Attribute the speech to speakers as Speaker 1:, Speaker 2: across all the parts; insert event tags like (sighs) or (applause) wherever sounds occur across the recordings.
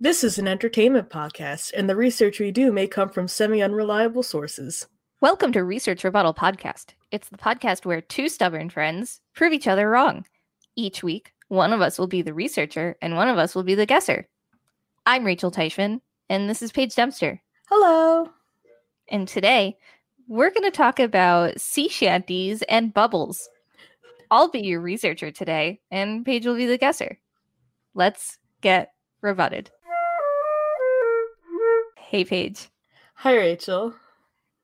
Speaker 1: This is an entertainment podcast, and the research we do may come from semi unreliable sources.
Speaker 2: Welcome to Research Rebuttal Podcast. It's the podcast where two stubborn friends prove each other wrong. Each week, one of us will be the researcher and one of us will be the guesser. I'm Rachel Teichman, and this is Paige Dempster.
Speaker 1: Hello.
Speaker 2: And today, we're going to talk about sea shanties and bubbles. I'll be your researcher today, and Paige will be the guesser. Let's get rebutted. Hey, Paige,
Speaker 1: Hi, Rachel.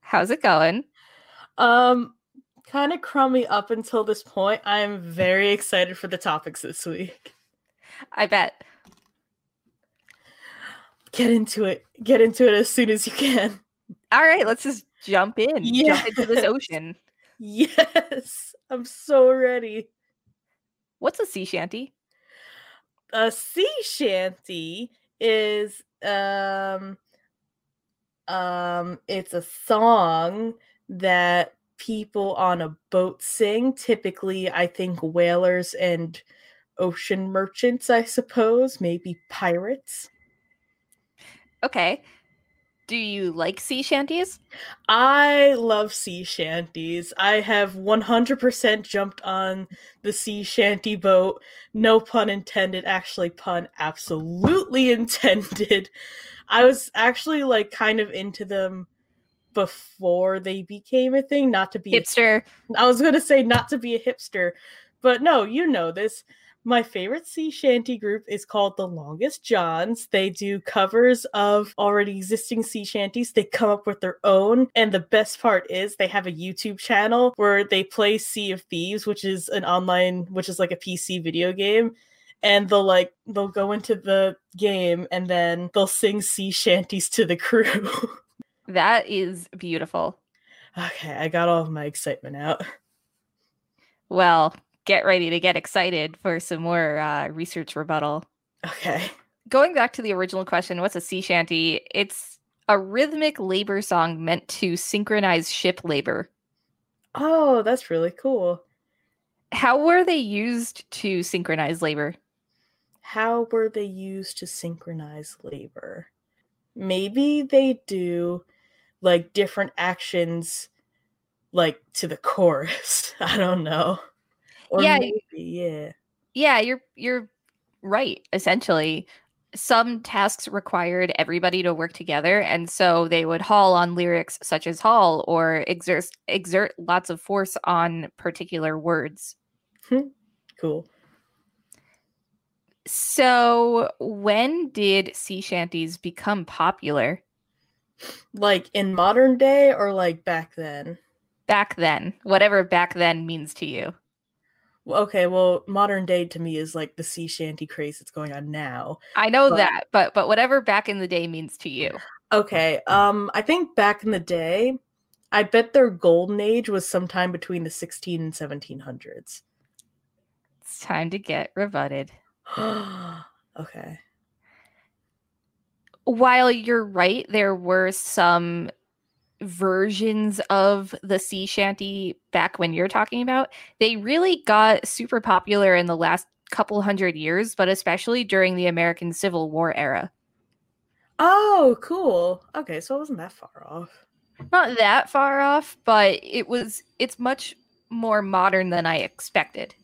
Speaker 2: how's it going?
Speaker 1: Um, kind of crummy up until this point. I'm very excited for the topics this week.
Speaker 2: I bet.
Speaker 1: Get into it. Get into it as soon as you can. (laughs)
Speaker 2: All right, let's just jump in. Jump into this
Speaker 1: Yes.
Speaker 2: ocean.
Speaker 1: Yes, I'm so ready.
Speaker 2: What's a sea shanty?
Speaker 1: a sea shanty is um um it's a song that people on a boat sing typically i think whalers and ocean merchants i suppose maybe pirates
Speaker 2: Okay. Do you like sea shanties?
Speaker 1: i love sea shanties i have 100% jumped on the sea shanty boat no pun intended actually pun absolutely (laughs) intended i was actually like kind of into them before they became a thing not to be
Speaker 2: Hipster.
Speaker 1: i was going to say not to be a hipster but no you know this my favorite sea shanty group is called the longest johns they do covers of already existing sea shanties they come up with their own and the best part is they have a youtube channel where they play sea of thieves which is an online which is like a pc video game and they'll like they'll go into the game and then they'll sing sea shanties to the crew (laughs)
Speaker 2: That is beautiful.
Speaker 1: okay i got all of my excitement out
Speaker 2: Well, get ready to get excited for some more uh, research rebuttal.
Speaker 1: okay
Speaker 2: Going back to the original question, what's a sea shanty? It's a rhythmic labor song meant to synchronize ship labor.
Speaker 1: Oh, that's really cool.
Speaker 2: How were they used to synchronize labor?
Speaker 1: How were they used to synchronize labor? Maybe they do like different actions like to the (laughs) chorus. I don't know. Or
Speaker 2: Yeah, y-
Speaker 1: maybe, yeah.
Speaker 2: Yeah, you're you're right. Essentially, some tasks required everybody to work together, and so they would haul on lyrics such as haul or exert exert lots of force on particular words.
Speaker 1: Cool.
Speaker 2: So, when did sea shanties become popular?
Speaker 1: Like in modern day or like back then?
Speaker 2: Back then, whatever back then means to you.
Speaker 1: Well, okay, well, modern day to me is like the sea shanty craze that's going on now.
Speaker 2: I know
Speaker 1: But-
Speaker 2: that, but but whatever back in the day means to you.
Speaker 1: Okay. Um, I think back in the day, I bet their golden age was sometime between the 16 and 1700s.
Speaker 2: It's time to get rebutted.
Speaker 1: (gasps) okay.
Speaker 2: while you're right, there were some versions of the sea shanty back when you're talking about, they really got super popular in the last couple hundred years, but especially during the American Civil War era.
Speaker 1: Oh, cool. Okay, so it wasn't that far off.
Speaker 2: Not that far off, but it was it's much more modern than I expected.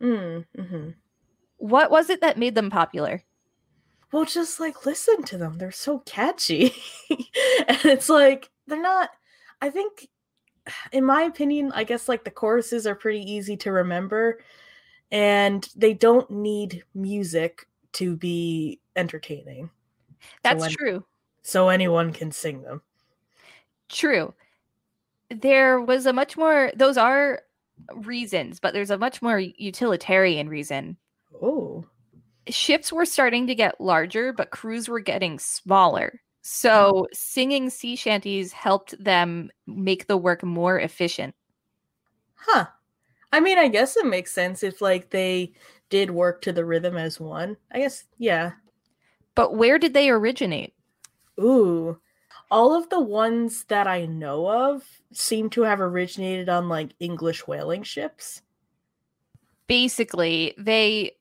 Speaker 1: Mm, hmm
Speaker 2: What was it that made them popular?
Speaker 1: Well, just like listen to them. They're so catchy. (laughs) and it's like, they're not, I think, (sighs) in my opinion, I guess like the choruses are pretty easy to remember and they don't need music to be entertaining.
Speaker 2: That's
Speaker 1: when-
Speaker 2: true.
Speaker 1: so anyone can sing them.
Speaker 2: True. There was a much more, those are reasons, but there's a much more utilitarian reason.
Speaker 1: Oh,
Speaker 2: ships were starting to get larger, but crews were getting smaller. So singing sea shanties helped them make the work more efficient.
Speaker 1: Huh. I mean, I guess it makes sense if like they did work to the rhythm as one. I guess, yeah.
Speaker 2: But where did they originate?
Speaker 1: Ooh. All of the ones that I know of seem to have originated on like English whaling ships.
Speaker 2: Basically, they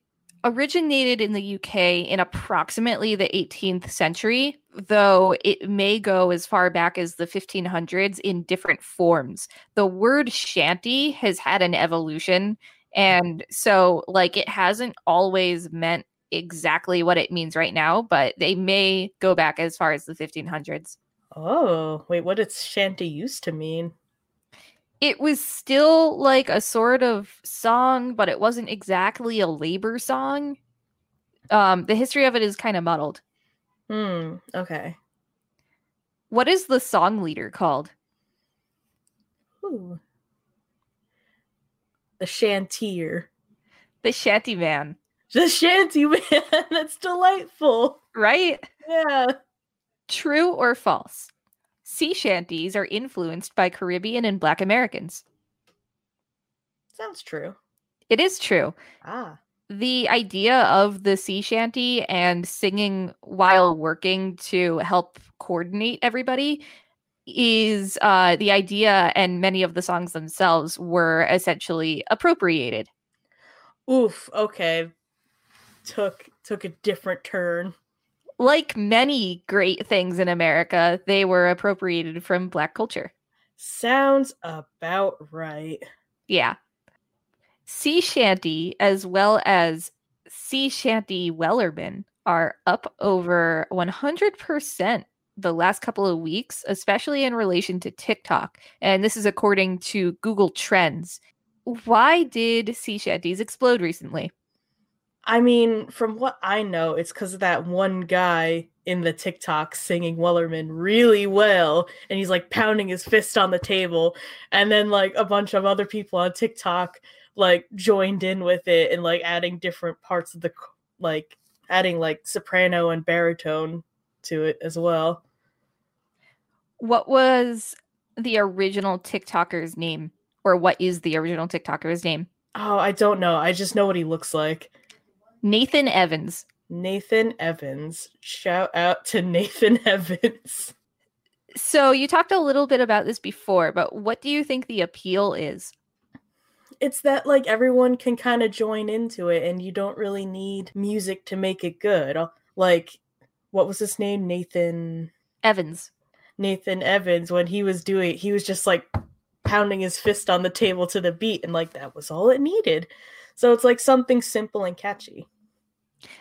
Speaker 2: originated in the UK in approximately the 18th century, though it may go as far back as the 1500s in different forms. The word shanty has had an evolution. And so, like, it hasn't always meant exactly what it means right now, but they may go back as far as the 1500s.
Speaker 1: Oh, wait, what did shanty used to mean?
Speaker 2: it was still like a sort of song, but it wasn't exactly a labor song. Um, the history of it is kind of muddled.
Speaker 1: Hmm. Okay.
Speaker 2: What is the song leader called?
Speaker 1: Ooh. The shantier.
Speaker 2: The shanty man,
Speaker 1: The shanty (laughs) man. That's delightful.
Speaker 2: right?
Speaker 1: Yeah.
Speaker 2: True or false? Sea shanties are influenced by Caribbean and Black Americans.
Speaker 1: Sounds true.
Speaker 2: It is true.
Speaker 1: Ah.
Speaker 2: the idea of the sea shanty and singing while working to help coordinate everybody is uh, the idea, and many of the songs themselves were essentially appropriated.
Speaker 1: Oof. Okay. Took took a different turn.
Speaker 2: Like many great things in America, they were appropriated from Black culture.
Speaker 1: Sounds about right.
Speaker 2: Yeah. Sea shanty as well as sea shanty wellerman are up over 100% the last couple of weeks, especially in relation to TikTok. And this is according to Google Trends. Why did sea shanties explode recently?
Speaker 1: I mean, from what I know, it's because of that one guy in the TikTok singing Wellerman really well, and he's like pounding his fist on the table, and then like a bunch of other people on TikTok like joined in with it and like adding different parts of the c- like adding like soprano and baritone to it as well.
Speaker 2: What was the original TikToker's name? Or what is the original TikToker's name?
Speaker 1: Oh, I don't know. I just know what he looks like.
Speaker 2: Nathan Evans.
Speaker 1: Nathan Evans. Shout out to Nathan (laughs) Evans.
Speaker 2: So you talked a little bit about this before, but what do you think the appeal is?
Speaker 1: it's that like everyone can kind of join into it and you don't really need music to make it good Uh, like what was his name nathan
Speaker 2: Evans.
Speaker 1: nathan evans when he was doing he was just like pounding his fist on the table to the beat and like that was all it needed so it's like something simple and catchy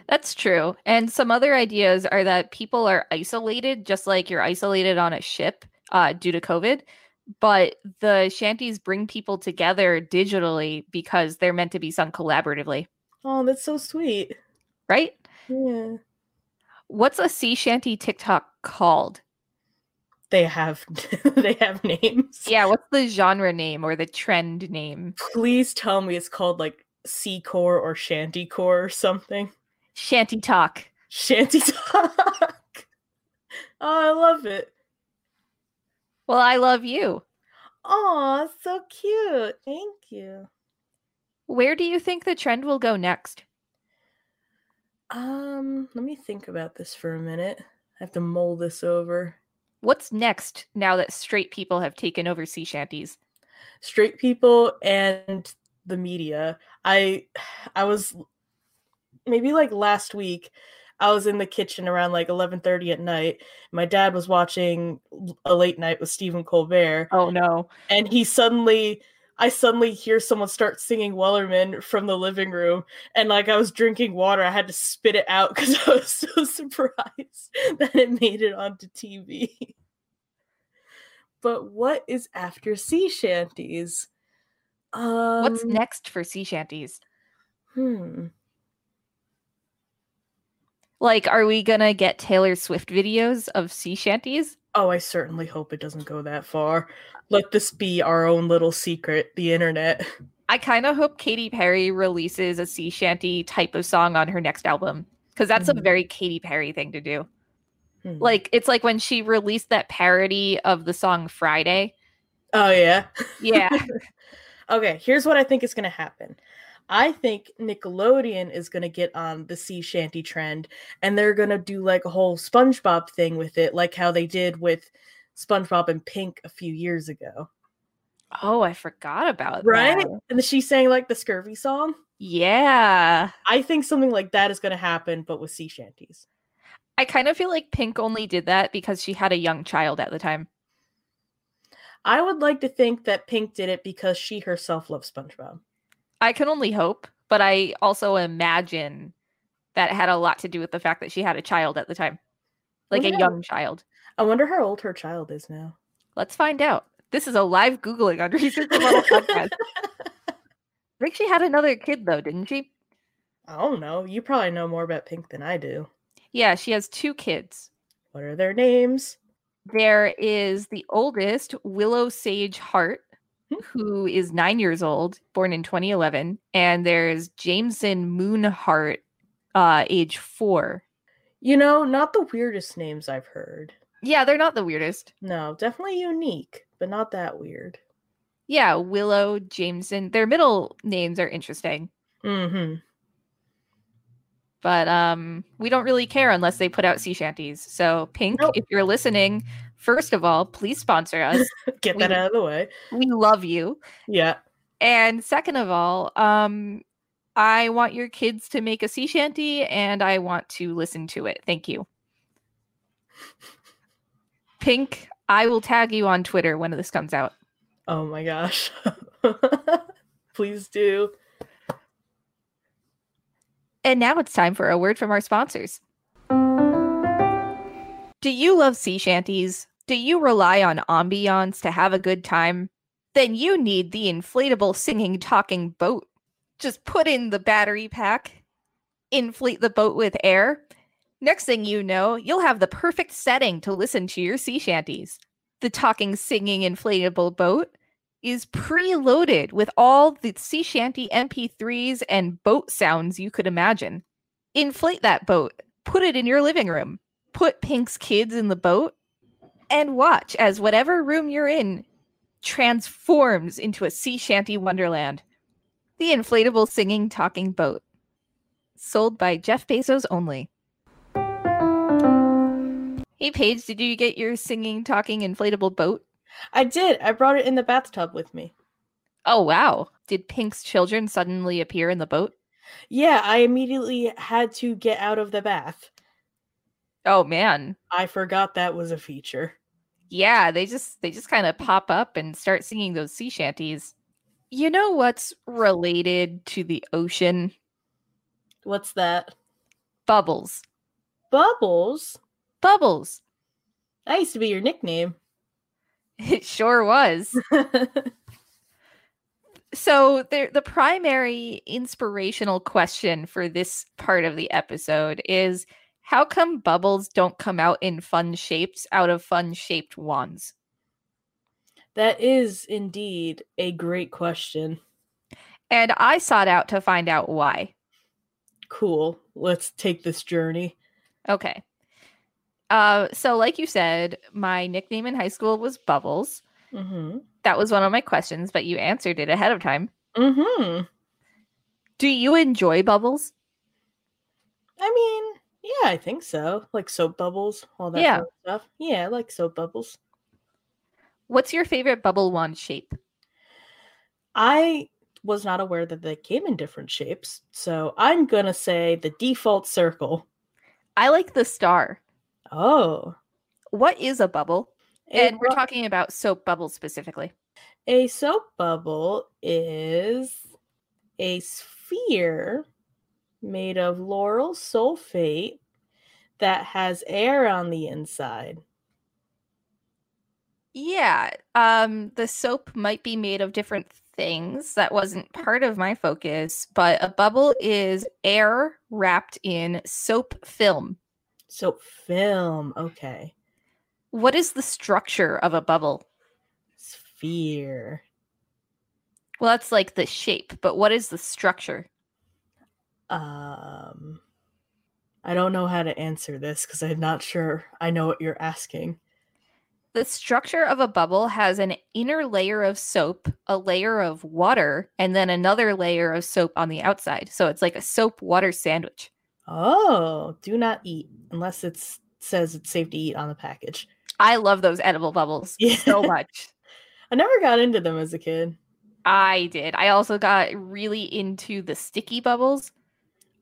Speaker 2: That's true. And some other ideas are that people are isolated, just like you're isolated on a ship uh, due to COVID. But the shanties bring people together digitally because they're meant to be sung collaboratively,
Speaker 1: oh that's so sweet
Speaker 2: right?
Speaker 1: yeah
Speaker 2: What's a sea shanty TikTok called?
Speaker 1: they have (laughs) they have names
Speaker 2: Yeah, what's the genre name or the trend name?
Speaker 1: please tell me it's called like sea core or shanty core or something
Speaker 2: Shanty talk.
Speaker 1: Shanty Talk. oh, I love it.
Speaker 2: Well, I love you.
Speaker 1: Aw, so cute. Thank you.
Speaker 2: Where do you think the trend will go next?
Speaker 1: Um, let me think about this for a minute. I have to mull this over.
Speaker 2: What's next now that straight people have taken over sea shanties?
Speaker 1: Straight people and the media. I I was maybe like last week I was in the kitchen around like 11:30 at night. My dad was watching a late night with Stephen Colbert
Speaker 2: Oh no.
Speaker 1: and he suddenly I suddenly hear someone start singing Wellerman from the living room, and like I was drinking water, I had to spit it out (laughs) because I was so surprised (laughs) that it made it onto TV. but what is after sea shanties? Um,
Speaker 2: What's next for sea shanties?
Speaker 1: Hmm.
Speaker 2: Like, are we gonna get Taylor Swift videos of sea shanties?
Speaker 1: Oh, I certainly hope it doesn't go that far. Let this be our own little secret, the internet.
Speaker 2: I kind of hope Katy Perry releases a sea shanty type of song on her next album because that's a
Speaker 1: Mhm.
Speaker 2: very Katy Perry thing to do.
Speaker 1: Hmm.
Speaker 2: Like it's like when she released that parody of the song Friday.
Speaker 1: oh yeah. (laughs)
Speaker 2: Yeah.
Speaker 1: Okay, here's what I think is going to happen. I think Nickelodeon is going to get on the sea shanty trend and they're going to do like a whole SpongeBob thing with it, like how they did with SpongeBob and Pink a few years ago.
Speaker 2: oh, I forgot about
Speaker 1: Right?
Speaker 2: that.
Speaker 1: And she sang like the scurvy song.
Speaker 2: Yeah.
Speaker 1: I think something like that is going to happen, but with sea shanties.
Speaker 2: I kind of feel like Pink only did that because she had a young child at the time.
Speaker 1: I would like to think that Pink did it because she herself loves SpongeBob.
Speaker 2: I can only hope, but I also imagine that had a lot to do with the fact that she had a child at the time. Like
Speaker 1: Well, Oh, yeah.
Speaker 2: a young child.
Speaker 1: I wonder how old her child is now.
Speaker 2: Let's find out. This is a live Googling on (laughs) Research the Model Podcast. I think she had another kid though, didn't she?
Speaker 1: I don't know. You probably know more about Pink than I do.
Speaker 2: Yeah, she has two kids.
Speaker 1: What are their names?
Speaker 2: There is the oldest, Willow Sage Hart,
Speaker 1: Hmm.
Speaker 2: who is nine years old, born in 2011. And there's Jameson Moon Hart, uh, age four.
Speaker 1: You know, not the weirdest names I've heard.
Speaker 2: Yeah, they're not the weirdest.
Speaker 1: No, definitely unique, but not that weird.
Speaker 2: Yeah, Willow, Jameson. Their middle names are interesting,
Speaker 1: Mm-hmm. (laughs)
Speaker 2: but um, we don't really care unless they put out sea shanties. So, Pink,
Speaker 1: Nope.
Speaker 2: if you're listening, first of all, please sponsor us.
Speaker 1: Get that
Speaker 2: We-
Speaker 1: out of the way.
Speaker 2: we love you.
Speaker 1: Yeah.
Speaker 2: And second of all, um, I want your kids to make a sea shanty and I want to listen to it. Thank you. Pink, I will tag you on Twitter when this comes out.
Speaker 1: Oh my gosh. (laughs) Please do.
Speaker 2: And now it's time for a word from our sponsors. Do you love sea shanties? Do you rely on ambiance to have a good time? Then you need the inflatable singing talking boat. Just put in the battery pack, inflate the boat with air. Next thing you know, you'll have the perfect setting to listen to your sea shanties. The talking, singing inflatable boat is preloaded with all the sea shanty MP3s and boat sounds you could imagine. Inflate that boat, put it in your living room, put Pink's kids in the boat, and watch as whatever room you're in transforms into a sea shanty wonderland. The inflatable singing talking boat. Sold by Jeff Bezos only. Hey Paige, did you get your singing talking inflatable boat?
Speaker 1: I did. I brought it in the bathtub with me.
Speaker 2: Oh wow. Did Pink's children suddenly appear in the boat?
Speaker 1: Yeah, I immediately had to get out of the bath.
Speaker 2: Oh man.
Speaker 1: I forgot that was a feature.
Speaker 2: Yeah, they just they just kind of pop up and start singing those sea shanties. You know what's related to the ocean?
Speaker 1: What's that?
Speaker 2: Bubbles.
Speaker 1: Bubbles?
Speaker 2: Bubbles. (laughs)
Speaker 1: That used to be your nickname.
Speaker 2: It sure was. so there the primary inspirational question for this part of the episode is how come bubbles don't come out in fun shapes out of fun shaped wands?
Speaker 1: that is indeed a great question.
Speaker 2: And I sought out to find out why.
Speaker 1: Cool. Let's take this journey.
Speaker 2: Okay. Uh, so, like you said, my nickname in high school was Bubbles.
Speaker 1: Mm-hmm.
Speaker 2: That was one of my questions, but you answered it ahead of time.
Speaker 1: Mm-hmm.
Speaker 2: Do you enjoy bubbles?
Speaker 1: I mean, yeah, I think so. Like soap bubbles, all that
Speaker 2: Yeah.
Speaker 1: fun stuff. Yeah, I like soap bubbles.
Speaker 2: What's your favorite bubble wand shape?
Speaker 1: I was not aware that they came in different shapes, so I'm gonna say the default circle.
Speaker 2: I like the star.
Speaker 1: Oh,
Speaker 2: What is a bubble?
Speaker 1: a
Speaker 2: And we're
Speaker 1: bu-
Speaker 2: talking about soap bubbles specifically.
Speaker 1: a soap bubble is a sphere made of laurel sulfate that has air on the inside.
Speaker 2: Yeah. Um, the soap might be made of different things. That wasn't part of my focus, but a bubble is air wrapped in soap film.
Speaker 1: Soap film. Okay.
Speaker 2: What is the structure of a bubble?
Speaker 1: Sphere.
Speaker 2: Well, that's like the shape, but what is the structure?
Speaker 1: Um, I don't know how to answer this because I'm not sure I know what you're asking.
Speaker 2: The structure of a bubble has an inner layer of soap, a layer of water, and then another layer of soap on the outside. So it's like a soap water sandwich.
Speaker 1: Oh, do not eat unless it says it's safe to eat on the package. (laughs)
Speaker 2: I love those edible bubbles
Speaker 1: Yeah.
Speaker 2: so much.
Speaker 1: I never got into them as a kid.
Speaker 2: I did. I also got really into the sticky bubbles.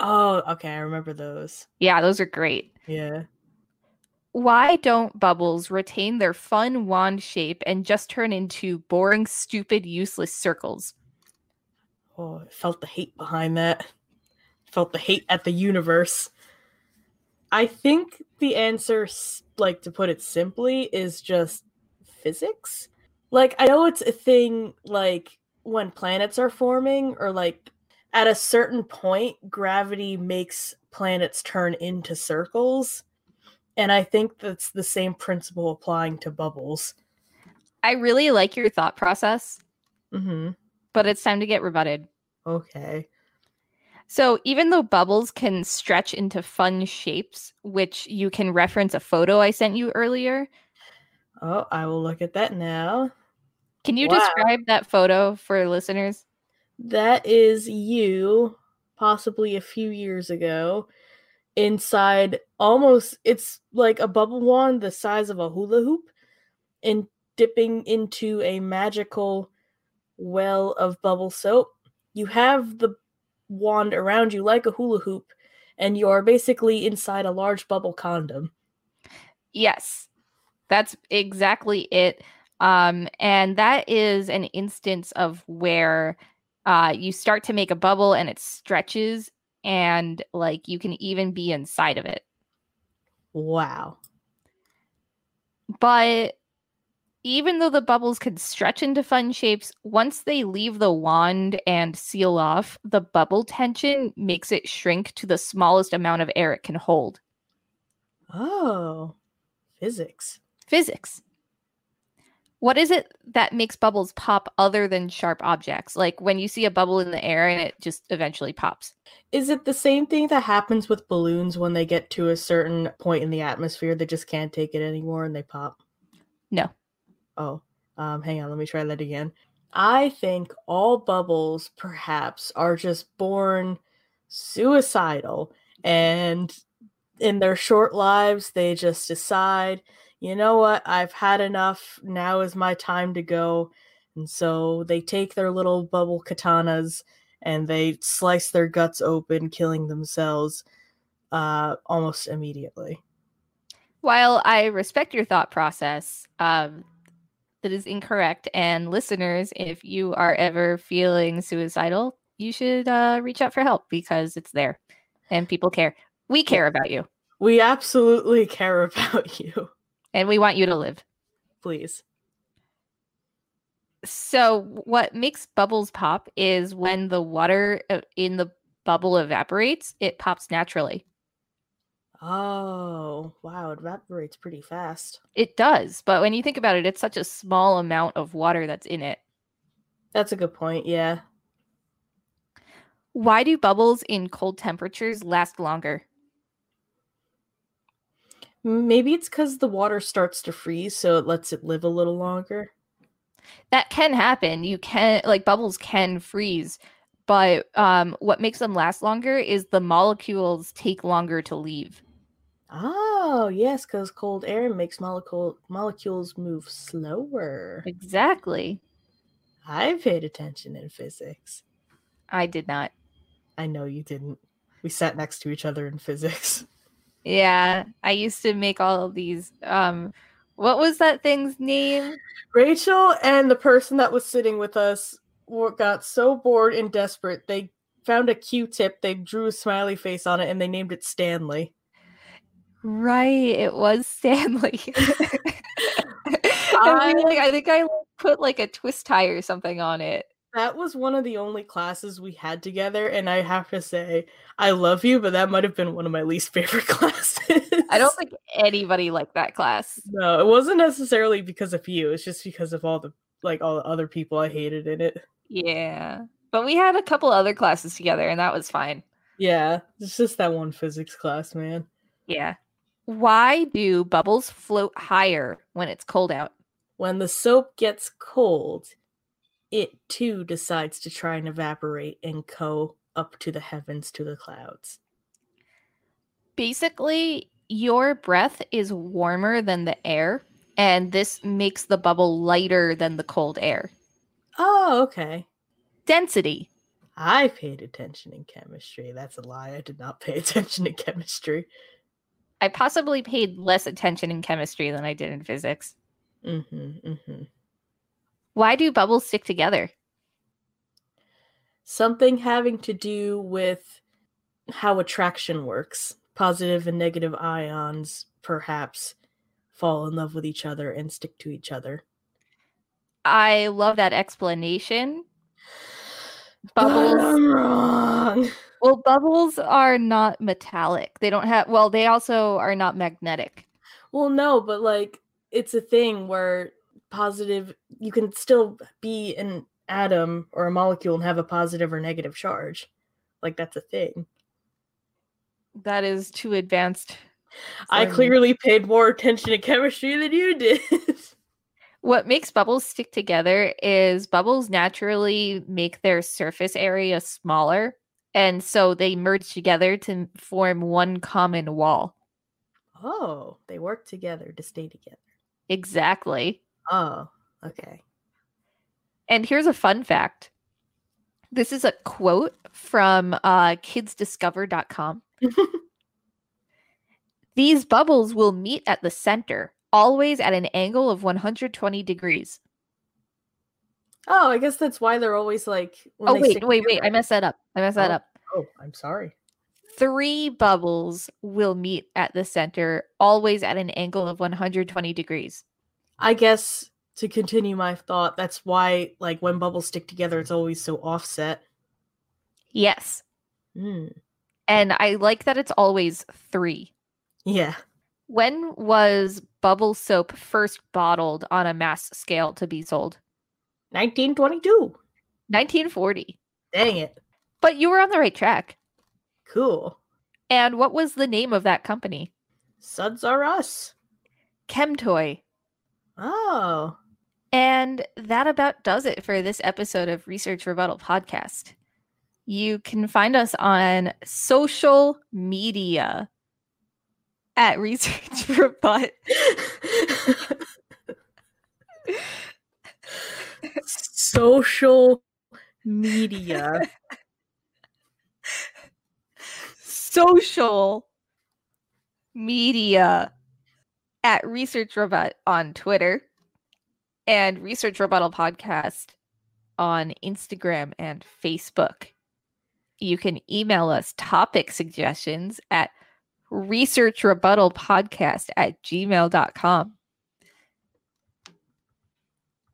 Speaker 1: Oh, okay, I remember those.
Speaker 2: Yeah, those are great.
Speaker 1: Yeah.
Speaker 2: Why don't bubbles retain their fun wand shape and just turn into boring, stupid, useless circles?
Speaker 1: Oh, I felt the hate behind that. Felt the hate at the universe. I think the answer, s- like to put it simply, is just physics. Like, I know it's a thing, like, when planets are forming, or like at a certain point, gravity makes planets turn into circles. And I think that's the same principle applying to bubbles.
Speaker 2: I really like your thought process,
Speaker 1: hmm
Speaker 2: but it's time to get rebutted.
Speaker 1: Okay.
Speaker 2: So, even though bubbles can stretch into fun shapes, which you can reference a photo I sent you earlier,
Speaker 1: Oh, I will look at that now.
Speaker 2: can you
Speaker 1: Wow.
Speaker 2: describe that photo for listeners?
Speaker 1: That is you, possibly a few years ago, inside almost, it's like a bubble wand the size of a hula hoop, and dipping into a magical well of bubble soap. You have the wand around you like a hula hoop, and you are basically inside a large bubble condom.
Speaker 2: Yes, that's exactly it. Um, and that is an instance of where uh, you start to make a bubble and it stretches, and like you can even be inside of it.
Speaker 1: Wow.
Speaker 2: But even though the bubbles can stretch into fun shapes, once they leave the wand and seal off, the bubble tension makes it shrink to the smallest amount of air it can hold.
Speaker 1: Oh, physics.
Speaker 2: physics. What is it that makes bubbles pop other than sharp objects? Like when you see a bubble in the air and it just eventually pops.
Speaker 1: Is it the same thing that happens with balloons when they get to a certain point in the atmosphere? They just can't take it anymore and they pop?
Speaker 2: No.
Speaker 1: Oh, um, hang on. Let me try that again. I think all bubbles, perhaps, are just born suicidal. And in their short lives, they just decide, you know what? I've had enough. Now is my time to go. And so they take their little bubble katanas and they slice their guts open, killing themselves uh, almost immediately.
Speaker 2: While I respect your thought process, um, that is incorrect. And listeners, if you are ever feeling suicidal, you should uh, reach out for help because it's there and people care. We care about you
Speaker 1: We absolutely (laughs) care about you.
Speaker 2: and we want you to live.
Speaker 1: Please.
Speaker 2: So, what makes bubbles pop is when the water uh, in the bubble evaporates, it pops naturally.
Speaker 1: Oh, wow. It evaporates pretty fast.
Speaker 2: It does, but when you think about it, it's such a small amount of water that's in it.
Speaker 1: That's a good point. Yeah.
Speaker 2: Why do bubbles in cold temperatures last longer?
Speaker 1: Maybe it's because the water starts to freeze, so it lets it live a little longer.
Speaker 2: That can happen. You can, like, bubbles can freeze, but um, what makes them last longer is the molecules take longer to leave.
Speaker 1: Oh, yes, because cold air makes molecule molecules move slower.
Speaker 2: Exactly.
Speaker 1: I paid attention in physics.
Speaker 2: I did not.
Speaker 1: I know you didn't. We sat next to each other in physics.
Speaker 2: Yeah, I used to make all of these. Um, what was that thing's name?
Speaker 1: Rachel and the person that was sitting with us were, got so bored and desperate they found a Q-tip, they drew a smiley face on it, and they named it Stanley.
Speaker 2: Right, it was (laughs) Stanley. I, like, I think I put like a twist tie or something on it.
Speaker 1: That was one of the only classes we had together, and I have to say, I love you, but that might have been one of my least (laughs) favorite classes.
Speaker 2: I don't think anybody liked that class.
Speaker 1: no, it wasn't necessarily because of you. It's just because of all the like all the other people I hated in it.
Speaker 2: Yeah. But we had a couple other classes together and that was fine.
Speaker 1: Yeah, it's just that one physics class, man.
Speaker 2: Yeah. Why do bubbles float higher when it's cold out?
Speaker 1: When the soap gets cold, it too decides to try and evaporate and go up to the heavens to the clouds.
Speaker 2: Basically, your breath is warmer than the air, and this makes the bubble lighter than the cold air.
Speaker 1: Oh, okay.
Speaker 2: Density.
Speaker 1: I paid attention in chemistry. That's a lie. I did not pay (laughs) attention in chemistry.
Speaker 2: I possibly paid less attention in chemistry than I did in physics.
Speaker 1: Mm-hmm, mm-hmm.
Speaker 2: Why do bubbles stick together?
Speaker 1: Something having to do with how attraction works. Positive and negative ions, perhaps, fall in love with each other and stick to each other.
Speaker 2: I love that (sighs) explanation.
Speaker 1: But (laughs)
Speaker 2: Bubbles
Speaker 1: I'm wrong.
Speaker 2: Well, bubbles are not metallic. They don't have, well, they also are not magnetic.
Speaker 1: Well, no, but like it's a thing where positive, you can still be an atom or a molecule and have a positive or negative charge. Like that's a thing.
Speaker 2: That is too advanced.
Speaker 1: I
Speaker 2: for me.
Speaker 1: clearly paid more attention to chemistry than you did. (laughs)
Speaker 2: What makes bubbles stick together is bubbles naturally make their surface area smaller. And so they merge together to form one common wall.
Speaker 1: oh, they work together to stay together.
Speaker 2: Exactly.
Speaker 1: Oh, (laughs) okay.
Speaker 2: And here's a fun fact this is a quote from uh, kidsdiscover.com. These bubbles will meet at the center, always at an angle of 120 degrees.
Speaker 1: Oh, I guess that's why they're always like. when
Speaker 2: Oh,
Speaker 1: they
Speaker 2: wait,
Speaker 1: stick
Speaker 2: wait, wait.
Speaker 1: together-
Speaker 2: I messed that up. I messed that
Speaker 1: Oh.
Speaker 2: up.
Speaker 1: Oh, I'm sorry.
Speaker 2: Three bubbles will meet at the center, always at an angle of 120 degrees.
Speaker 1: I guess to continue my thought, that's why like when bubbles stick together, it's always so offset.
Speaker 2: Yes.
Speaker 1: Hmm.
Speaker 2: And I like that it's always three.
Speaker 1: Yeah.
Speaker 2: When was bubble soap first bottled on a mass scale to be sold?
Speaker 1: 1922.
Speaker 2: 1940.
Speaker 1: Dang it.
Speaker 2: But you were on the right track.
Speaker 1: Cool.
Speaker 2: And what was the name of that company?
Speaker 1: Suds are us.
Speaker 2: Chemtoy.
Speaker 1: Oh.
Speaker 2: And that about does it for this episode of Research Rebuttal Podcast. You can find us on social media at Research (laughs) Rebut.
Speaker 1: (laughs) Social media.
Speaker 2: Social media at Research Rebut on Twitter and Research Rebuttal Podcast on Instagram and Facebook. You can email us topic suggestions at research rebuttal podcast at gmail.com.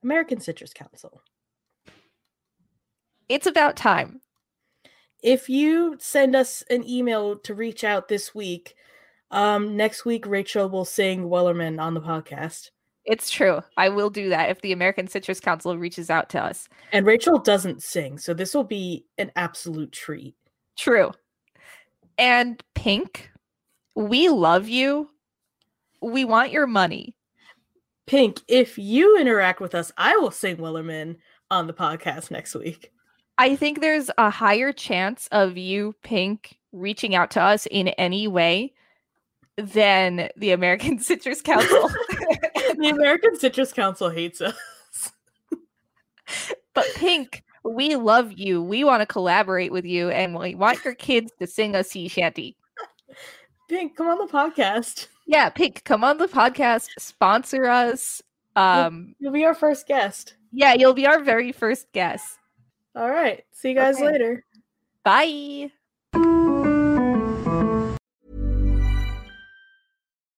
Speaker 1: American Citrus Council.
Speaker 2: It's about time.
Speaker 1: If you send us an email to reach out this week, um, next week Rachel will sing Wellerman on the podcast.
Speaker 2: It's true. I will do that if the American Citrus Council reaches out to us.
Speaker 1: And Rachel doesn't sing, so this will be an absolute treat.
Speaker 2: True. And Pink, we love you. We want your money.
Speaker 1: Pink, if you interact with us, I will sing Wellerman on the podcast next week.
Speaker 2: I think there's a higher chance of you, Pink, reaching out to us in any way than the American (laughs) Citrus Council.
Speaker 1: the American Citrus Council hates us. (laughs)
Speaker 2: but Pink, we love you. We want to collaborate with you and we want your kids to sing a sea shanty.
Speaker 1: Pink, come on the podcast.
Speaker 2: Yeah, Pink, come on the podcast, sponsor us. Um,
Speaker 1: You'll be our first guest.
Speaker 2: yeah, you'll be our very first guest.
Speaker 1: All right. See you guys
Speaker 2: Okay.
Speaker 1: later.
Speaker 2: Bye.